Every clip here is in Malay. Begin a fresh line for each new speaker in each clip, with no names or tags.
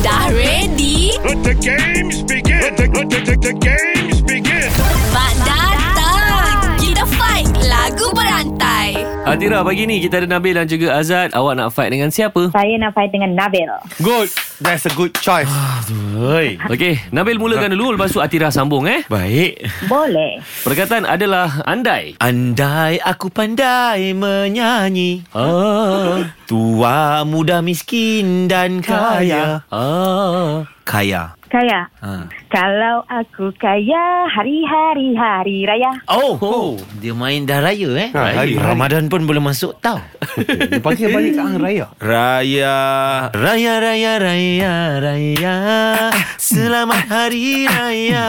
Dah ready?
Let the games begin. Let the, let the, the, the games begin.
Mak datang! Kita fight lagu berantai.
Atira, pagi ni kita ada Nabil dan juga Azad. Awak nak fight dengan siapa?
Saya nak fight dengan Nabil.
Good. That's a good choice. Aduh.
Okey, Nabil mulakan dulu. Lepas tu Atira sambung eh.
Baik.
Boleh.
Perkataan adalah andai.
Andai aku pandai menyanyi
Ah,
Tua, muda, miskin dan kaya Ha?
ah.
Kaya
Kaya.
ha.
Kalau aku kaya, hari-hari hari raya.
oh, oh, dia main dah raya eh
Ha, hari-
Ramadan pun belum masuk tau
Dia panggil balik kat Ang Raya
Raya Raya, raya, raya, raya Selamat Hari Raya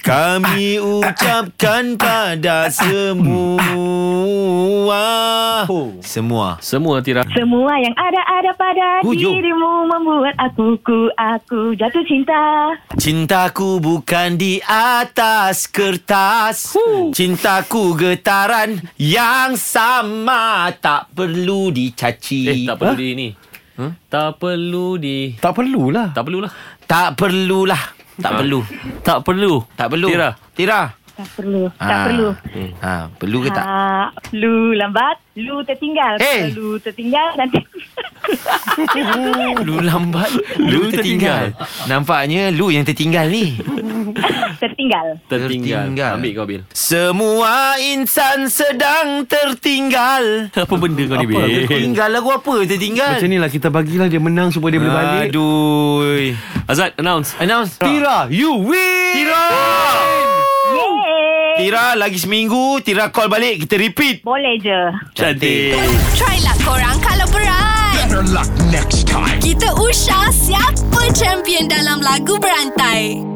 Kami ucapkan pada semua Oh. Semua
Semua Atira.
Semua yang ada-ada pada
Hujung.
dirimu membuat aku ku aku jatuh cinta.
Cintaku bukan di atas kertas Cintaku getaran yang sama Tak perlu dicaci
Eh, tak perlu di ni. Huh? Tak perlu di...
Tak perlulah
Tak perlulah.
Tak perlulah Tak
Ha.
perlu
Tak perlu.
Tak perlu
Tira.
Tira
Tak perlu. Tak
Ah.
perlu.
ha, Perlu ke tak?
Ah, lu lambat, lu tertinggal.
Hey.
Kalau Lu tertinggal nanti. Ha.
Lu lambat Lu tertinggal Nampaknya lu yang tertinggal ni
tertinggal.
Tertinggal.
Tertinggal.
Ambil kau, Bil.
Semua insan sedang tertinggal
Apa benda kau ni, Bil?
Tertinggal lagu apa tertinggal?
Macam ni lah kita bagilah dia menang supaya dia boleh balik
Aduh
Azad, announce.
Announce
Tira, you win
Tira
Yeay.
Tira lagi seminggu Tira call balik Kita repeat
Boleh je.
Cantik.
Try lah korang kalau berat.
Better luck next time.
Kita usah siapa champion dalam lagu berantai.